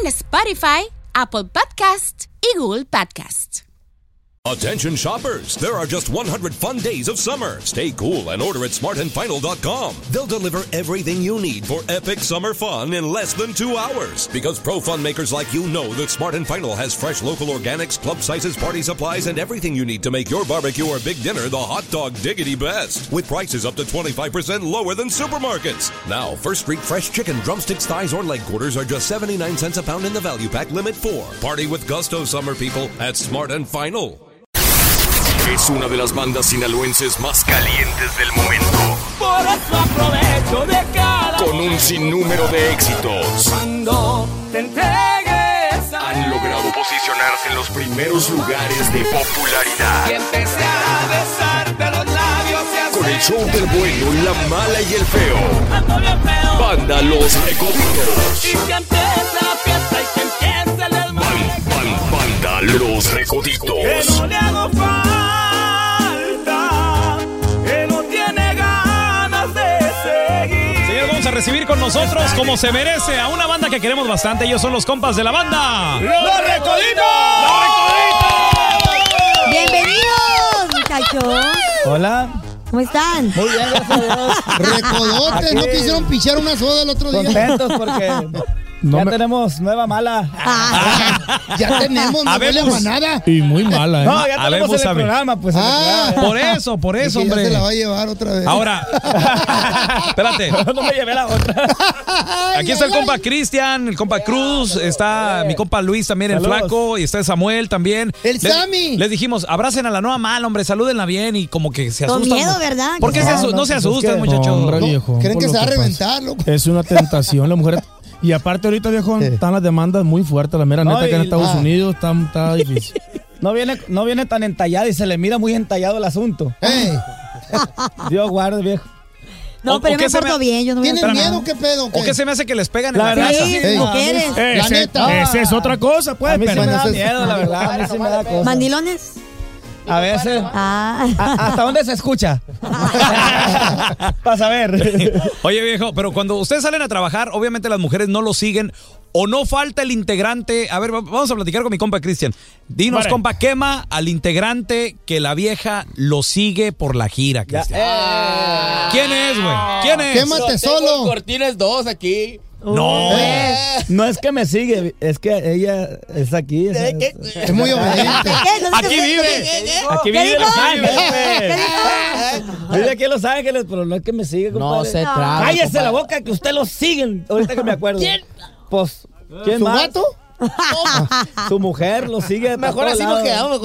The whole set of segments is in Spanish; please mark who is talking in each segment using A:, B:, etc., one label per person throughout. A: en Spotify, Apple Podcast y Google Podcast.
B: Attention shoppers, there are just 100 fun days of summer. Stay cool and order at smartandfinal.com. They'll deliver everything you need for epic summer fun in less than two hours. Because pro fun makers like you know that Smart and Final has fresh local organics, club sizes, party supplies, and everything you need to make your barbecue or big dinner the hot dog diggity best. With prices up to 25% lower than supermarkets. Now, First Street fresh chicken, drumsticks, thighs, or leg quarters are just 79 cents a pound in the value pack limit 4. Party with gusto, summer people, at Smart and Final.
C: Es una de las bandas sinaloenses más calientes del momento.
D: Por eso aprovecho de cada
C: Con un sinnúmero de éxitos.
D: cuando te entregues a
C: Han logrado posicionarse en los primeros lugares de
D: y
C: popularidad.
D: empecé a besarte los labios y
C: Con el show
D: hacerte
C: del bueno, la mala y el feo.
D: tanto bien feo
C: Banda Los Recoditos.
D: y que empiece la fiesta y que empiece el
C: Ban,
D: desmadre
C: ban, banda Los
D: que
C: Recoditos.
D: no le hago falta que no tiene ganas de seguir
E: Señores, vamos a recibir con nosotros, como se merece, a una banda que queremos bastante. Ellos son los compas de la banda.
D: ¡Los Recoditos!
F: Bienvenidos, muchachos.
G: Hola.
F: ¿Cómo están?
G: Muy bien, gracias a Dios.
H: Recodotes, no
G: Aquí.
H: quisieron pichar una soda el otro día.
G: Contentos porque ya tenemos nueva mala.
F: Ah,
H: Ya tenemos, no huele a
E: Habemos.
H: manada.
I: Y muy mala, ¿eh?
G: No, Ah, ya
E: A ver,
G: tenemos
E: vos
G: en el
E: sabe.
G: programa, pues. en el
H: Ah.
G: programa.
E: Por eso, por eso,
H: Dije, ya
E: hombre.
H: se la va a llevar otra vez.
E: Ahora, espérate.
G: No me llevé la otra.
E: Aquí está el compa Cristian, el compa Cruz, está mi compa Luis también, el
G: Saludos.
E: flaco, y está Samuel también.
H: El
E: Les-
H: Sammy.
E: Les dijimos, abracen a la nueva mal, hombre, salúdenla bien y como que se
F: Con
E: asustan.
F: miedo, ¿verdad?
E: ¿Por qué se
F: No,
E: asu- no, se
G: pues es
E: asustan,
G: que-
E: muchachos?
I: No, hombre, viejo.
H: ¿Creen
I: por
H: que
I: lo
H: se va a
I: pasa.
H: reventar, loco?
I: Es una tentación, la mujer. Y aparte, ahorita, viejo, están las demandas muy fuertes. La mera
G: No,
I: neta que en
G: y-
I: Estados
H: ah.
I: Unidos está, está difícil.
G: No viene, no viene tan entallado y se le mira muy entallado el asunto.
H: Ey,
G: Dios guarde, viejo.
E: ¿O-
F: No,
E: o
F: pero
E: qué
F: yo me
E: se
F: porto
E: me-
F: bien, yo no me
H: ¿Tienen
F: voy a
H: miedo?
F: enfermar.
H: ¿Qué pedo?
E: ¿O qué se me hace que les pegan en
G: La
E: la
G: verdad,
E: raza?
F: Sí,
H: Ey.
F: como
H: No,
F: que eres.
H: La
I: Ese-
H: neta.
I: Esa es otra cosa, pues.
G: A mí sí
I: pero-
G: me da
H: entonces-
G: miedo, la verdad. A mí sí me da cosa.
F: ¿Mandilones?
G: A veces.
F: Ah.
G: ¿A- ¿Hasta dónde se escucha? Para saber.
E: Oye, viejo, pero cuando ustedes salen a trabajar, obviamente las mujeres no lo siguen o no falta el integrante. A ver, va- vamos a platicar con mi compa Cristian. Dinos,
I: Vale.
E: compa, quema al integrante que la vieja lo sigue por la gira, Cristian.
G: Eh.
E: ¿Quién es, güey? ¿Quién es?
H: Quémate solo.
D: Cortines 2 aquí.
E: No.
G: No es que me sigue, es que ella es aquí. es- es-
H: Es muy obediente.
F: ¿Qué? No sé
E: Aquí
F: qué-
E: vive.
G: Aquí
F: ¿Qué
G: vive pues.
F: dijo?
G: en Los
F: ¿Qué
G: Ángeles.
F: dijo?
G: pues. Vive aquí en Los Ángeles, pero no es que me sigue, compadre.
F: se traba,
G: Cállese la boca que usted lo siguen. Ahorita que me acuerdo. ¿Quién? Pues, ¿quién
H: ¿Su
G: más?
H: gato?
G: Su mujer lo sigue. Mejor así nos quedamos.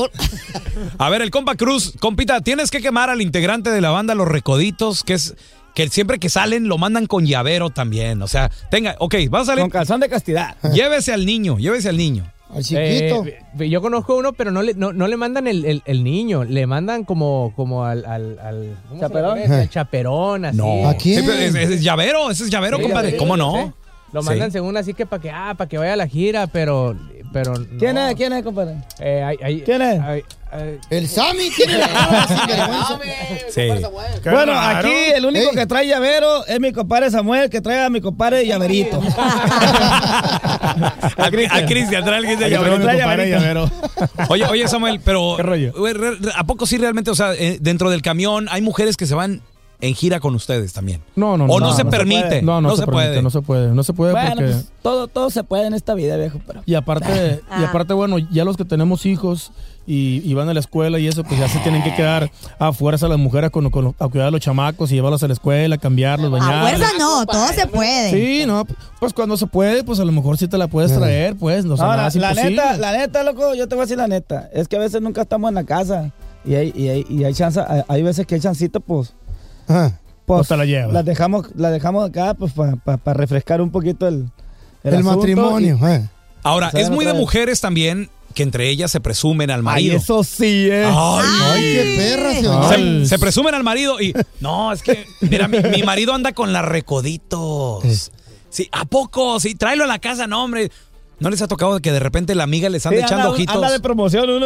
E: A ver, el compa Cruz, compita, tienes que quemar al integrante de la banda Los Recoditos, que es que siempre que salen lo mandan con llavero también. O sea, tenga, ok, vas a
G: Con
E: salir.
G: calzón de castidad.
E: Llévese al niño, llévese al niño.
H: Al chiquito.
J: Eh, yo conozco uno, pero no le, no, no le mandan el, el- el niño, le mandan como, como al, al, al- ¿cómo se le
G: ¿Chaperón?
J: parece? Al chaperón, así.
E: No.
H: ¿A quién?
E: Sí, pero ese- ese es llavero, ese es llavero,
J: Sí,
E: compadre.
J: sí,
E: ¿Cómo
J: sí,
E: no?
J: sí. Lo mandan
E: Sí.
J: según así que para que, ah, para que vaya a la gira, pero, pero
G: ¿Quién
J: no.
G: es? ¿Quién es, compadre?
J: Eh, hay- hay-
G: ¿Quién es?
J: hay- hay-
H: El Sammy tiene la cara sin vergüenza.
E: Sí.
G: Bueno, aquí el único
H: Ey.
G: que trae llavero es mi compadre Samuel, que trae a mi compadre llaverito.
E: A Cri- a Cristian, trae alguien de
I: Ahí
E: llavero.
I: tengo a mi compadre llavero.
E: Oye, oye, Samuel, pero.
I: ¿Qué rollo?
E: güey, re- re- ¿A poco sí realmente, o sea, eh, dentro del camión hay mujeres que se van en gira con ustedes también.
I: No, no,
E: o no, se
I: puede.
E: permite.
I: No, no, se, puede. No se puede. No se puede
K: Bueno,
I: porque.
K: pues, todo, todo se puede en esta vida, viejo. Pero...
I: Y aparte, y
F: Ah.
I: aparte, bueno, ya los que tenemos hijos y, y van a la escuela y eso, pues ya se tienen que quedar a fuerza las mujeres con, con- a cuidar a los chamacos y llevarlos a la escuela, cambiarlos,
F: A
I: bañarlos.
F: fuerza no, todo se puede.
I: Sí, no, pues cuando se puede, pues a lo mejor sí te la puedes traer, pues, no sé,
K: Ahora,
I: nada es
K: la
I: imposible.
K: neta, la neta, loco, yo te voy a decir la neta. Es que a veces nunca estamos en la casa y hay, y hay, y hay chance, hay, hay veces que hay chancito, pues.
H: Ah,
I: No te la llevas.
K: Las dejamos, las dejamos acá, pues, para refrescar un poquito el,
H: El
K: asunto
H: matrimonio,
K: y-
H: eh.
E: Ahora,
K: Saben
E: es muy de
K: otra vez.
E: mujeres también que entre ellas se presumen al
K: Ay,
E: marido.
K: eso
I: sí, eh.
E: Ay,
H: Ay, qué perra se
E: Se,
H: oye.
E: se presumen al marido y no, es que mira, mi, mi marido anda con la recoditos. Sí, ¿a poco? Sí, tráelo a la casa, no, hombre. ¿No les ha tocado que de repente la amiga les anda
K: Sí,
E: echando
K: anda-
E: ojitos? Eh,
K: anda de promoción uno.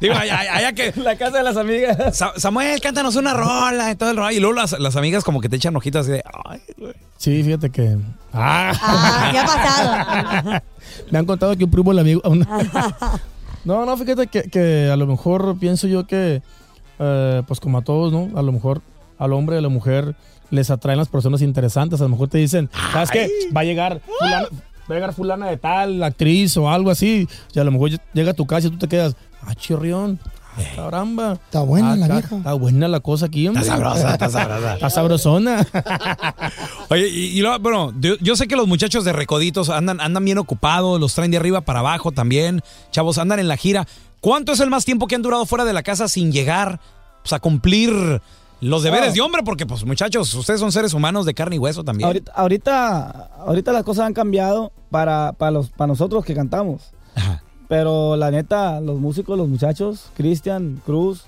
E: Digo, ay, ay, ay, que...
K: La casa de las amigas.
E: Samuel, cántanos una rola y todo el rollo. Y luego las, las amigas como que te echan ojitos así de... ay, güey.
I: Sí, fíjate que.
F: Ah, ¿qué ha pasado?
I: Me han contado que un primo el amigo. a una- No, no, fíjate que, que a lo mejor pienso yo que, eh, pues como a todos, ¿no? A lo mejor al hombre y a la mujer les atraen las personas interesantes. A lo mejor te dicen, ¿sabes qué? Va a llegar fulana, va a llegar fulana de tal, actriz o algo así. Y a lo mejor llega a tu casa y tú te quedas, ah, chirrión. ah, Caramba. Está
H: buena la vieja.
I: Está buena la cosa aquí, hombre.
E: Está sabrosa, está sabrosa.
I: Está sabrosona.
E: Oye, y, y luego, bueno, yo, yo sé que los muchachos de Recoditos andan, andan bien ocupados, los traen de arriba para abajo también. Chavos, andan en la gira. ¿Cuánto es el más tiempo que han durado fuera de la casa sin llegar pues, a cumplir los deberes
K: Ah.
E: de hombre? Porque, pues, muchachos, ustedes son seres humanos de carne y hueso también.
K: Ahorita, ahorita, ahorita las cosas han cambiado para, para, los, para nosotros que cantamos. Pero la neta, los músicos, los muchachos, Cristian, Cruz,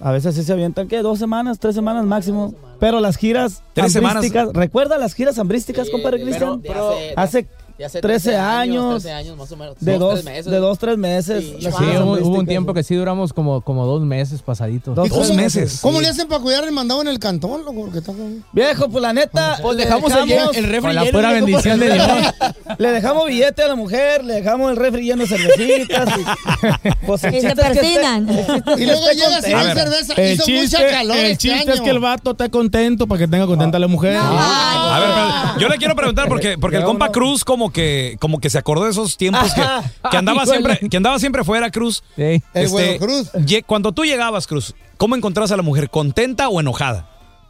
K: a veces sí se avientan, ¿qué? Dos semanas, tres semanas máximo. Pero las giras
E: Tres semanas.
K: hambrísticas, ¿recuerda las giras hambrísticas, compadre
L: pero-
K: Cristian?
L: pero- de
K: hace,
L: hace- de hace
K: 13
L: 13
K: años,
L: años, 13 años más o menos,
K: De
L: dos,
K: dos,
L: tres meses.
K: de dos, tres meses.
L: Sí.
K: las
J: Sí, Ah,
K: giras
J: hubo, hubo un
K: hambrísticas.
J: tiempo que sí duramos como, como dos meses pasaditos.
K: Dos, tres meses.
H: ¿Cómo
J: Sí.
H: le hacen para cuidar el mandado en el cantón, loco? Porque está con-
K: Viejo, pues la neta.
H: Pues
K: le
H: dejamos el lleno- el refri Con la lleno, pura viejo, bendición
K: pues.
H: de Dios.
K: Le dejamos billete a la mujer, le dejamos el refri lleno de cervecitas. y, pues, el
F: Y se
K: chiste es que
F: persinan.
K: esté- el chiste
H: Y
K: es
H: luego
K: que esté
H: llegas y no hay
K: contento.
H: cerveza.
I: El
H: Hizo
I: chiste,
H: mucha calor
I: el
H: este
I: chiste es
H: año.
I: que el vato está contento para que tenga contenta a la mujer.
E: A ver, espérate, yo le quiero preguntar porque, porque el compa Cruz como que, como que se acordó de esos tiempos que, que andaba
J: Ay, güey.
E: siempre, que andaba siempre fuera, Cruz.
K: Eh,
J: El güero
E: Cruz. Cuando tú llegabas, Cruz, ¿cómo encontrabas a la mujer? ¿Contenta o enojada?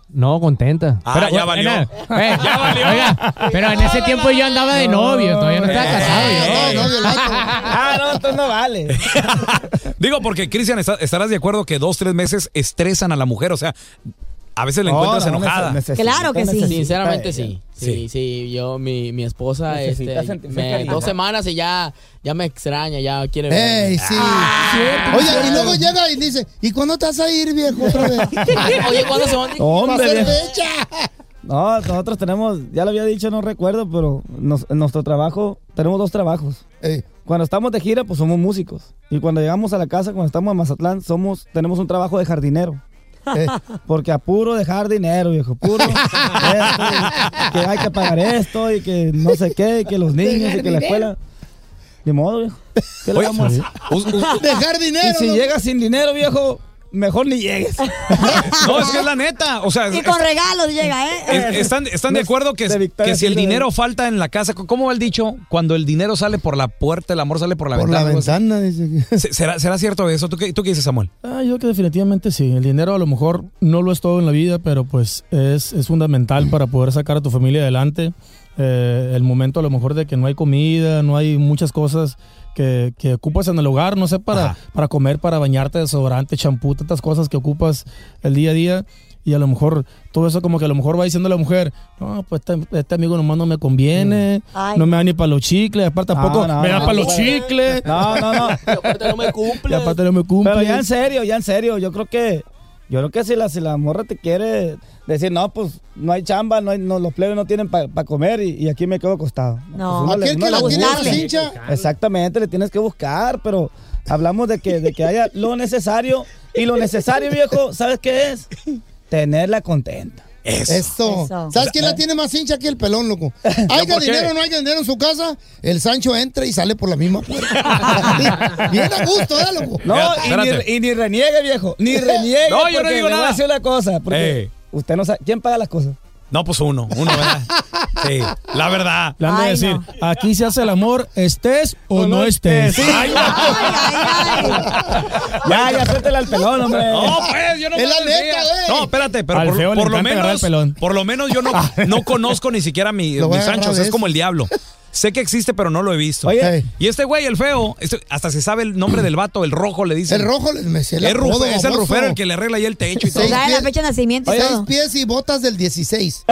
J: No, contenta.
E: Ah,
J: Pero,
E: ya
J: bueno,
E: valió.
J: en-
M: Eh,
E: ya valió.
M: Oiga, pero en ese tiempo yo andaba de novio, todavía no
E: Eh,
M: estaba casado. yo.
K: Ah, no, entonces no vale.
E: Digo, porque, Cristian, está- estarás de acuerdo que dos, tres meses estresan a la mujer. O sea, a veces la
K: No,
E: encuentras
K: no,
E: enojada.
K: neces- necesita, Claro que sí. necesita
L: Sinceramente
K: ella.
L: sí. Sí, sí, yo, mi, mi esposa,
K: Necesita
L: este,
K: sentirse Eh.
L: me-
K: querida.
L: dos semanas y ya, ya me extraña, ya quiere ver.
H: Ey, sí.
E: Ah.
H: Oye, y luego llega y dice, ¿y cuándo te vas a ir, viejo, otra vez?
L: Ah, Oye, ¿cuándo se van?
H: Va a
K: Hombre,
H: ser
K: viejo.
H: fecha.
K: No, nosotros tenemos, ya lo había dicho, no recuerdo, pero nos- en nuestro trabajo tenemos dos trabajos. Cuando estamos de gira, pues somos músicos. Y cuando llegamos a la casa, cuando estamos en Mazatlán, somos, tenemos un trabajo de jardinero.
H: Eh.
K: Porque a puro dejar dinero, viejo, puro esto, y que hay que pagar esto y que no sé qué, y que los niños y que la escuela. De modo, viejo. ¿Qué le
H: Oye,
K: vamos a hacer?
H: Dejar dinero,
K: Y si
H: ¿no?
K: llegas sin dinero, viejo, mejor ni llegues.
E: No, es que es la neta. O sea,
F: Y
E: es-
F: con regalos llega, ¿eh?
E: es- están, están de acuerdo que,
K: de Victoria
E: que si el
K: Secret.
E: dinero falta en la casa, ¿cómo va el dicho? Cuando el dinero sale por la puerta, el amor sale por la
H: Por la
E: ventana. algo así.
H: ventana, dice.
E: Se- ¿Será, ¿Será cierto eso? ¿Tú qué, tú qué dices, Samuel?
I: Ah, yo creo que definitivamente sí. El dinero a lo mejor no lo es todo en la vida, pero pues es, es fundamental para poder sacar a tu familia adelante. Eh, el momento a lo mejor de que no hay comida, no hay muchas cosas que, que ocupas en el hogar, no sé, para, para comer, para bañarte, desodorante, champú, tantas cosas que ocupas el día a día. Y a lo mejor todo eso como que a lo mejor va diciendo la mujer, no, pues este, este amigo nomás no me conviene,
L: Ay.
I: no me da ni para los chicles, aparte tampoco
K: no,
I: me da
K: no,
I: para
K: no,
I: los
K: no.
I: chicles.
K: No, no, no.
L: no me
I: Y
L: cumple.
I: aparte no me cumple.
K: Pero ya en serio, ya en serio, yo creo que yo creo que si la, si la morra te quiere decir, no, pues no hay chamba, no hay- no, los plebes no tienen para comer y, y aquí me quedo acostado.
F: No.
K: Pues uno le-
H: Aquel
K: uno le
H: que la tiene
K: busca.
H: más hincha.
K: Exactamente, le tienes que buscar, pero hablamos de que, de que haya lo necesario y lo necesario, viejo, ¿sabes qué es? Tenerla contenta.
E: Eso.
H: Esto.
E: Eso. Eh.
H: ¿Sabes quién la tiene más hincha que el pelón, loco? Haya
E: ¿por qué?
H: dinero o no haya dinero en su casa, el Sancho entra y sale por la misma puerta. Bien a gusto, ¿eh, loco?
K: No, y ni, y ni reniegue, viejo. Ni reniegue.
E: No, yo no
K: porque
E: digo
K: le voy a
E: nada. Eh.
K: decir una cosa. Porque
E: Ey.
K: usted no sabe. ¿Quién paga las cosas?
E: No, pues uno, uno, ¿verdad? Sí, la verdad.
I: Le han de decir, aquí se hace el amor, estés o no, estés.
K: Ya, ya suéltela al pelón, hombre.
E: No, pues, yo no
K: Es la
E: puedo decir.
K: neta,
H: ¿eh?
K: güey.
E: No, espérate, pero
I: Al
E: por,
I: feo le
E: por lo
I: encanta agarrar
E: menos,
I: el pelón.
E: por lo menos yo no, no conozco ni siquiera a mi,
I: Lo voy
E: mi
I: a agarrar
E: Sancho,
I: de
E: es
I: eso.
E: como el diablo. Sé que existe, pero no lo he visto.
I: Oye.
E: Y este güey, el feo, este- hasta se sabe el nombre del vato, el rojo le dice.
H: El rojo le- me sé el
E: es, rufe-
H: apodo,
E: es el
H: baboso.
E: rufero el que le arregla ahí el techo y todo.
H: Seis pies-
F: de nacimiento y
H: Seis
F: todo.
H: pies y botas del 16.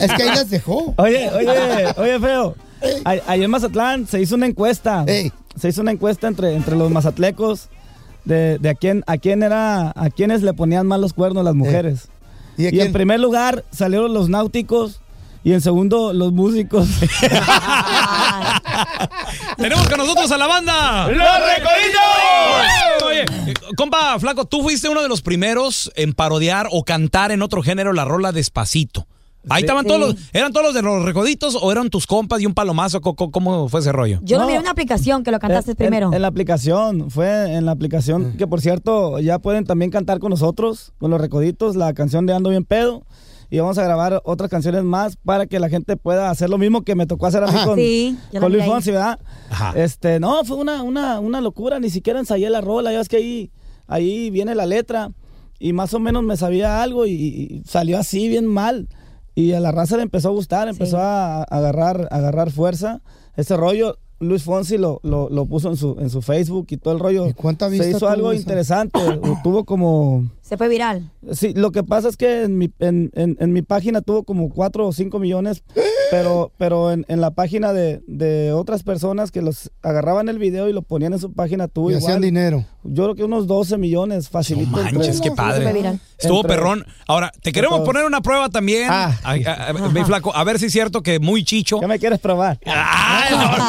H: es que ahí las dejó.
K: Oye, oye, oye, feo. A- Ayer en Mazatlán se hizo una encuesta. Se hizo una encuesta entre, entre los mazatlecos de, de a quién a quién era a quiénes le ponían más los cuernos las mujeres.
H: Y,
K: en primer lugar salieron los náuticos y en segundo los músicos.
E: Tenemos con nosotros a la banda.
D: ¡Los Recoditos!
E: Oye, eh, compa Flaco, tú fuiste uno de los primeros en parodiar o cantar en otro género la rola Despacito. Ahí
N: Sí.
E: estaban todos los,
N: Sí.
E: ¿eran todos los de los recoditos o eran tus compas y un palomazo? Co- co- ¿Cómo fue ese rollo?
F: Yo lo miré en una aplicación que lo cantaste
K: En-
F: primero.
K: Eh, En, la aplicación, fue en la aplicación que por cierto ya pueden también cantar con nosotros, con los recoditos, la canción de Ando Bien Pedo. Y vamos a grabar otras canciones más para que la gente pueda hacer lo mismo que me tocó hacer a mí
F: Ajá.
K: con,
F: Sí, yo la
K: con Luis
F: miré ahí.
K: Fonsi, ¿verdad? Este, no, fue una, una, una locura, ni siquiera ensayé la rola, ya ves que ahí, ahí viene la letra y más o menos me sabía algo y, y salió así bien mal. Y a la raza le empezó a gustar, empezó a, a agarrar, a agarrar fuerza. Ese rollo, Luis Fonsi lo, lo, lo puso en su, en su Facebook y todo el rollo.
H: vista
K: Se hizo
H: tuvo
K: algo
H: eso?
K: interesante, tuvo como...
F: Se fue viral.
K: Sí, lo que pasa es que en mi, en, en- en mi página tuvo como 4 o 5 millones, pero, pero en, en la página de, de otras personas que los agarraban el video y lo ponían en su página tuvo
H: Y hacían
K: igual.
H: dinero.
K: Yo creo que unos 12 millones facilito. entre-
E: Manches, qué padre. Estuvo
K: entre-
E: perrón. Ahora, te queremos
K: todos.
E: poner una prueba también. A- a- a- mi Flaco, a ver si es cierto que muy chicho.
K: ¿Qué me quieres probar?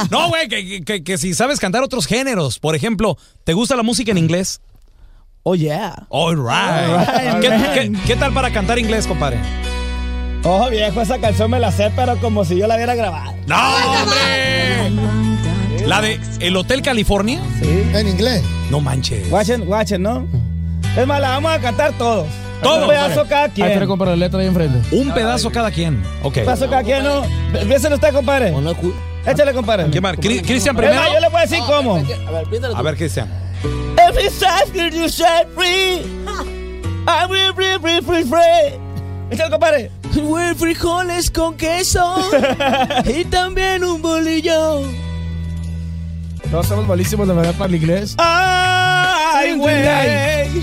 E: No, güey, que, que- que- que si sabes cantar otros géneros. Por ejemplo, ¿te gusta la música en inglés?
K: Oh, yeah.
E: All right.
K: All right,
E: ¿Qué-
K: man.
E: qué, qué tal para cantar inglés, compadre?
K: Oh, viejo, esa canción me la sé, pero como si yo la hubiera grabado.
E: ¡No, hombre! ¿La de El Hotel California?
K: Sí.
H: En inglés.
E: No manches.
K: Guachen, guachen, ¿no? Es más, la vamos a cantar todos.
E: Todos.
K: Un pedazo cada
I: Ahí te
K: quien. Un
I: comprar la letra ahí enfrente.
E: Un pedazo cada quien. Ok.
K: pedazo cada quien, ¿no? Piénselo usted, compadre. Échale, compadre.
E: ¿Qué más? Cri- Cristian
K: Es
E: primero.
K: más, yo le voy a decir cómo.
E: A ver, Cristian.
K: Every second you set free, I will be free, free, free. Échale, compadre.
L: Güey, frijoles con queso y también un bolillo.
I: Todos estamos malísimos de verdad para el inglés.
K: Ah. Ay, güey.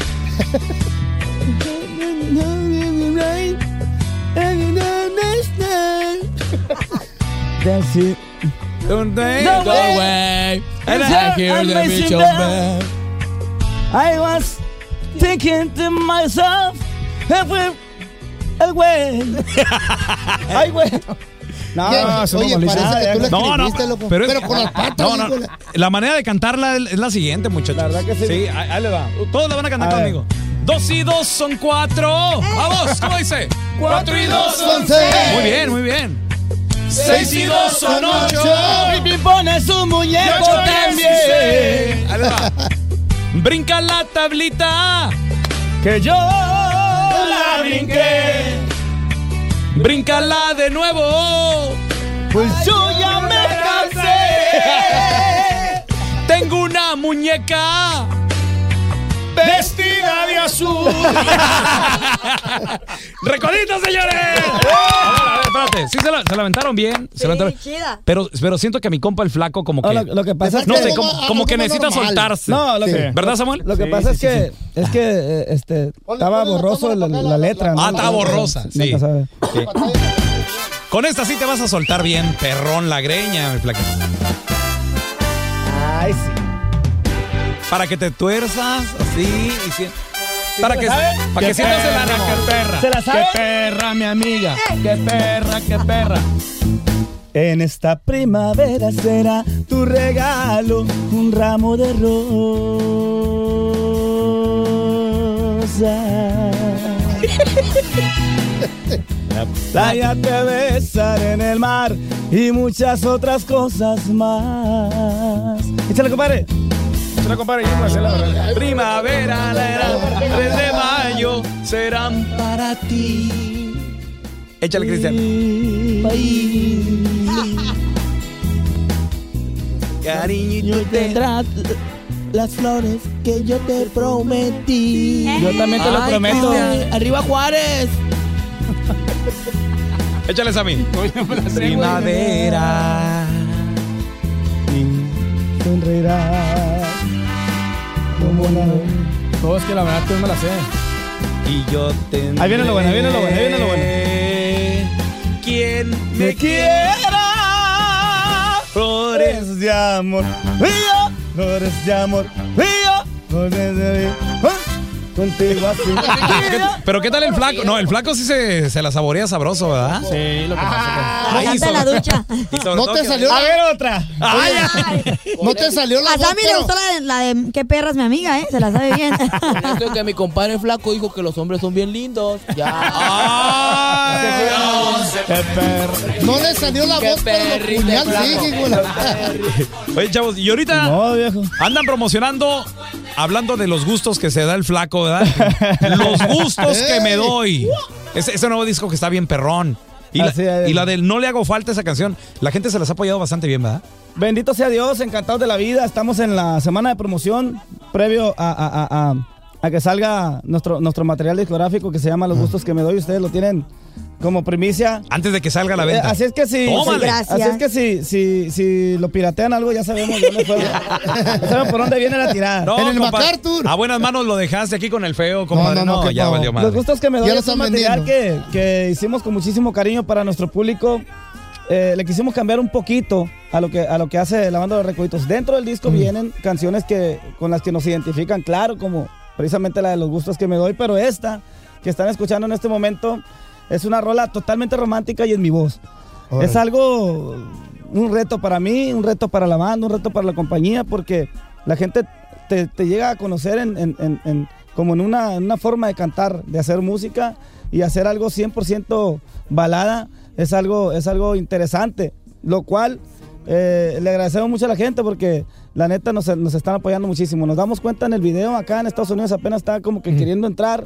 K: That's it.
E: Don't they?
K: No
E: Go
K: way.
E: away. And
K: Yes, sir.
E: I hear the
K: Amazing
E: beach of
K: love.
E: man.
K: I was thinking to myself, every, el güey. Ay, güey. No,
H: Ya,
K: eso
H: oye,
K: no molesta.
I: Ah,
H: parece que tú la
E: Ah, No, no,
H: escribiste, loco.
E: pero
H: Pero,
E: es-
H: con las patas.
E: No, no,
H: digo,
E: no. La manera de cantarla es la siguiente, muchachos.
K: La verdad que sí.
E: ahí, ahí le va. Todos la van a cantar
K: A ver.
E: conmigo. Dos y dos son cuatro. Vamos, ¿cómo dice?
D: Eh. Cuatro y dos son
K: seis.
E: Muy bien, muy bien.
D: Seis y dos son ocho.
K: Y pone su muñeco
D: Y ocho es
K: también.
E: Ahí le va. Brinca la tablita.
K: Que yo
D: la brinqué.
E: Bríncala de nuevo.
K: Pues
D: yo ya me cansé.
E: Tengo una muñeca
D: vestida de azul.
E: ¡Recoditos, señores! A
D: ¡Eh!
E: ver, a ver, espérate. Sí, se la, se la aventaron bien. se la aventaron-
F: chida.
E: Pero, pero siento que a mi compa el flaco como que...
K: No, lo, lo que pasa es
E: no
K: que,
E: sé, como, como que necesita soltarse.
K: No, lo
E: Sí.
K: que,
E: ¿Verdad, Samuel?
K: Lo que pasa es que, es que eh, este, estaba borroso la, la letra. ¿no?
E: Ah, estaba borrosa,
K: No,
E: sí.
K: no sabe.
E: Con esta sí te vas a soltar bien, perrón la greña, mi flaco.
K: Ay, sí.
E: Para que te tuerzas así y si- Para
K: te
E: que,
K: la sabes?
E: para que
I: Qué
E: sientas el
I: perra,
E: ánimo.
I: qué perra.
K: ¿Se la sabe?
I: Qué perra, mi amiga. Qué perra, qué perra.
K: En esta primavera será tu regalo un ramo de rosas. La playa te besaré en el mar y muchas otras cosas más. Échale, compadre.
N: Échale, compadre. Yo me la sé, la verdad.
D: Primavera, la era, 3 de mayo serán para ti.
E: Échale, Cristian.
D: Cariño, y tú tendrás
L: las flores que yo te prometí.
D: Yo también te lo
L: Ay,
D: prometo.
L: Cristian, Arriba Juárez.
E: Échales a mí. Primavera.
K: Sonreirá. Como la
I: Todo es que la verdad que no me la sé.
E: Y yo te.
K: Ahí viene lo bueno, ahí viene lo bueno, ahí viene lo bueno.
D: quien
K: me quiera. Flores de amor, río, flores de amor, río, flores de amor. Contigo así.
E: Pero ¿qué tal el flaco? No, el flaco sí se, se la saborea sabroso, ¿verdad? Sí, lo que pasa
F: Canta en la ducha.
H: No te salió.
F: A ver
H: otra.
F: Ay,
H: No te salió la
F: A
H: voz,
F: Sammy le
H: pero-
F: gustó la de, la de qué perra es mi amiga, ¿eh? Se la sabe bien.
L: Esto es que mi compadre flaco dijo que los hombres son bien lindos. Ah.
H: No le salió la voz, pero lo puñal sí, hijo de la-
E: Oye, chavos, y ahorita andan promocionando, hablando de los gustos que se da el flaco, ¿verdad? los gustos que me doy. Ese, ese nuevo disco que está bien perrón. Y la,
K: Así es.
E: y la del No le hago falta esa canción. La gente se las ha apoyado bastante bien, ¿verdad?
K: Bendito sea Dios, encantados de la vida. Estamos en la semana de promoción previo a, a- a- a- a que salga nuestro, nuestro material discográfico que se llama Los gustos que me doy. Ustedes lo tienen como primicia.
E: Antes de que salga a la
K: Eh,
E: venta.
K: Así es que si,
E: Tómale.
K: si- así es que si, si, si lo piratean algo, ya sabemos, ya no fue- ya sabemos por dónde viene la tirada.
E: No, compa- A buenas manos lo dejaste aquí con el feo, compadre. No,
K: no, que
E: ya
K: no.
E: valió
K: Los
E: madre.
K: gustos que me
E: Ya
K: doy
E: lo
K: es un
E: están
K: material que, que hicimos con muchísimo cariño para nuestro público. Eh, le quisimos cambiar un poquito a lo que a lo que hace la banda de los Recoditos. Dentro del
E: Mm.
K: disco vienen canciones que con las que nos identifican, claro, como precisamente la de los gustos que me doy, pero esta que están escuchando en este momento es una rola totalmente romántica y en mi voz.
H: Órale.
K: Es algo un reto para mí, un reto para la banda, un reto para la compañía, porque la gente te, te llega a conocer en, en- en- en- como en una, en una forma de cantar, de hacer música y hacer algo 100% balada, es algo, es algo interesante, lo cual eh, le agradecemos mucho a la gente porque la neta nos, nos están apoyando muchísimo. Nos damos cuenta en el video acá en Estados Unidos apenas está como que queriendo entrar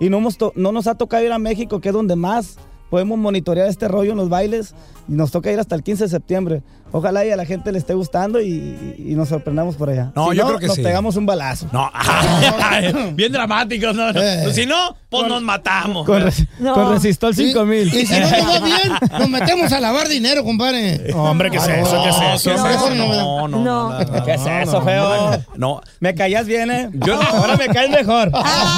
K: y no, hemos to- no nos ha tocado ir a México, que es donde más podemos monitorear este rollo en los bailes y nos toca ir hasta el 15 de septiembre. Ojalá y a la gente le esté gustando y, y- y nos sorprendamos por allá.
E: No,
K: Si
E: yo creo que
K: nos
E: sí.
K: pegamos un balazo.
E: No, bien dramáticos, ¿no?
K: Eh.
E: Si no, pues nos matamos.
K: Con, res-
E: No.
K: con resistol
H: Y-
K: 5000.
H: Y si no nos va bien, nos metemos a lavar dinero, compadre.
K: No, hombre, ¿qué es eso? ¿Qué es eso?
H: No,
K: ¿Qué es eso?
H: no,
E: no,
H: no.
K: ¿Qué es eso, feo?
E: No.
K: Me callas bien, ¿eh?
E: Yo-
K: Ahora me caes mejor.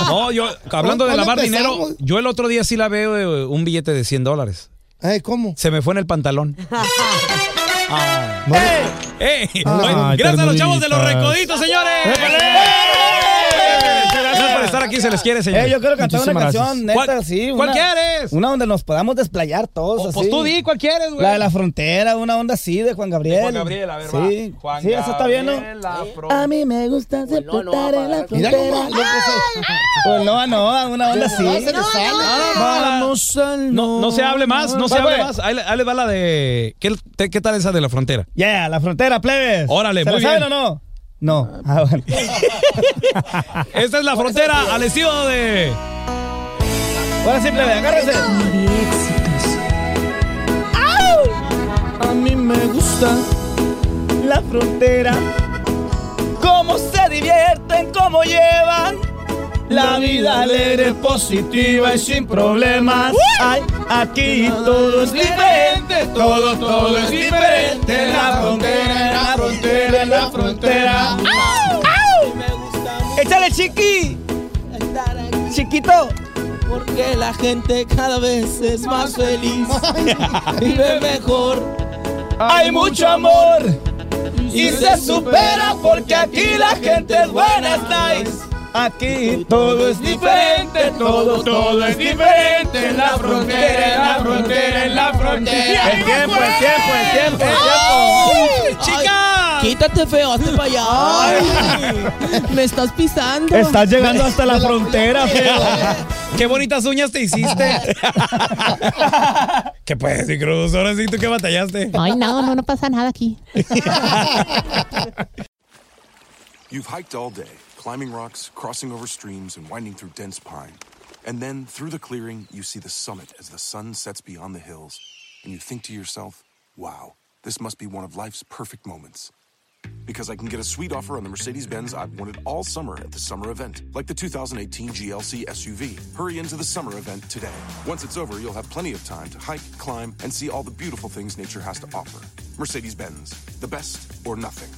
E: No, yo, hablando de
K: ¿Cuándo
E: lavar dinero,
K: empezamos?
E: yo el otro día sí la veo eh, un billete de 100 dólares.
H: ¿Cómo?
E: Se me fue en el pantalón. Ah. ¡Ey! ¡Ey!
D: Ah.
E: Oye,
D: Ay,
E: gracias a los chavos de los
D: ternuritas.
E: recoditos, señores. Gracias por estar aquí, se les quiere, señores.
K: Eh, yo quiero cantar una canción, neta,
E: ¿Cuál-
K: sí.
E: ¿Cuál
K: una-
E: quieres?
K: Una donde nos podamos desplayar todos.
E: Pues
K: así.
E: tú di, ¿cuál quieres, güey?
K: La de la frontera, una onda así de Juan Gabriel.
E: Juan Gabriel, a ver,
K: sí.
E: va. Juan
K: sí, esa está bien, ¿no?
E: Gabriel, la fro-
K: A mí me gusta siempre estar en la
D: Mira
K: frontera. Pues no, no, una onda así.
D: No, se le sale.
E: Ah,
D: Vamos
K: al
E: No, no se hable más,
K: Pues,
E: no se hable más. Ahí, le- ahí les va la de. ¿Qué, te- qué tal esa de la frontera?
K: Ya, la frontera, plebes.
E: Órale,
K: ¿Se
E: muy
K: la
E: bien.
K: saben o no? No. Ah, bueno.
E: Esta es la frontera al estilo de.
K: Ahora sí, plebe, agárrese.
D: ¡Au! A mí me gusta
K: la frontera. Cómo se divierten, cómo llevan
D: la vida alegre, positiva y sin problemas.
K: Ay, aquí todo es diferente,
D: todo, todo es diferente. En la frontera, en la frontera, en la frontera.
K: ¡Échale, chiqui!
L: Eh,
K: ¡Chiquito!
L: Porque la gente cada vez es más feliz. Vive mejor.
D: Hay mucho amor y se supera porque aquí la gente es buena, es nice.
K: Aquí todo es
D: diferente, todo, todo es diferente. En la frontera, en la frontera, en la frontera.
K: El tiempo, el tiempo, el
D: Ah,
K: tiempo,
D: el tiempo.
L: ¡Chica! quítate feo, hazte para allá. Ay, me estás pisando.
K: Estás llegando hasta la frontera, feo.
E: Qué bonitas uñas te hiciste. ¿Qué puedes, mi Cruz? Ahora sí, ¿tú qué batallaste?
M: Ay, no, no, no pasa nada aquí.
O: You've hiked all day, climbing rocks, crossing over streams, and winding through dense pine. And then, through the clearing, you see the summit as the sun sets beyond the hills. And you think to yourself, wow, this must be one of life's perfect moments. Because I can get a sweet offer on the Mercedes Benz I've wanted all summer at the summer event, like the 2018 GLC SUV. Hurry into the summer event today. Once it's over, you'll have plenty of time to hike, climb, and see all the beautiful things nature has to offer. Mercedes Benz, the best or nothing.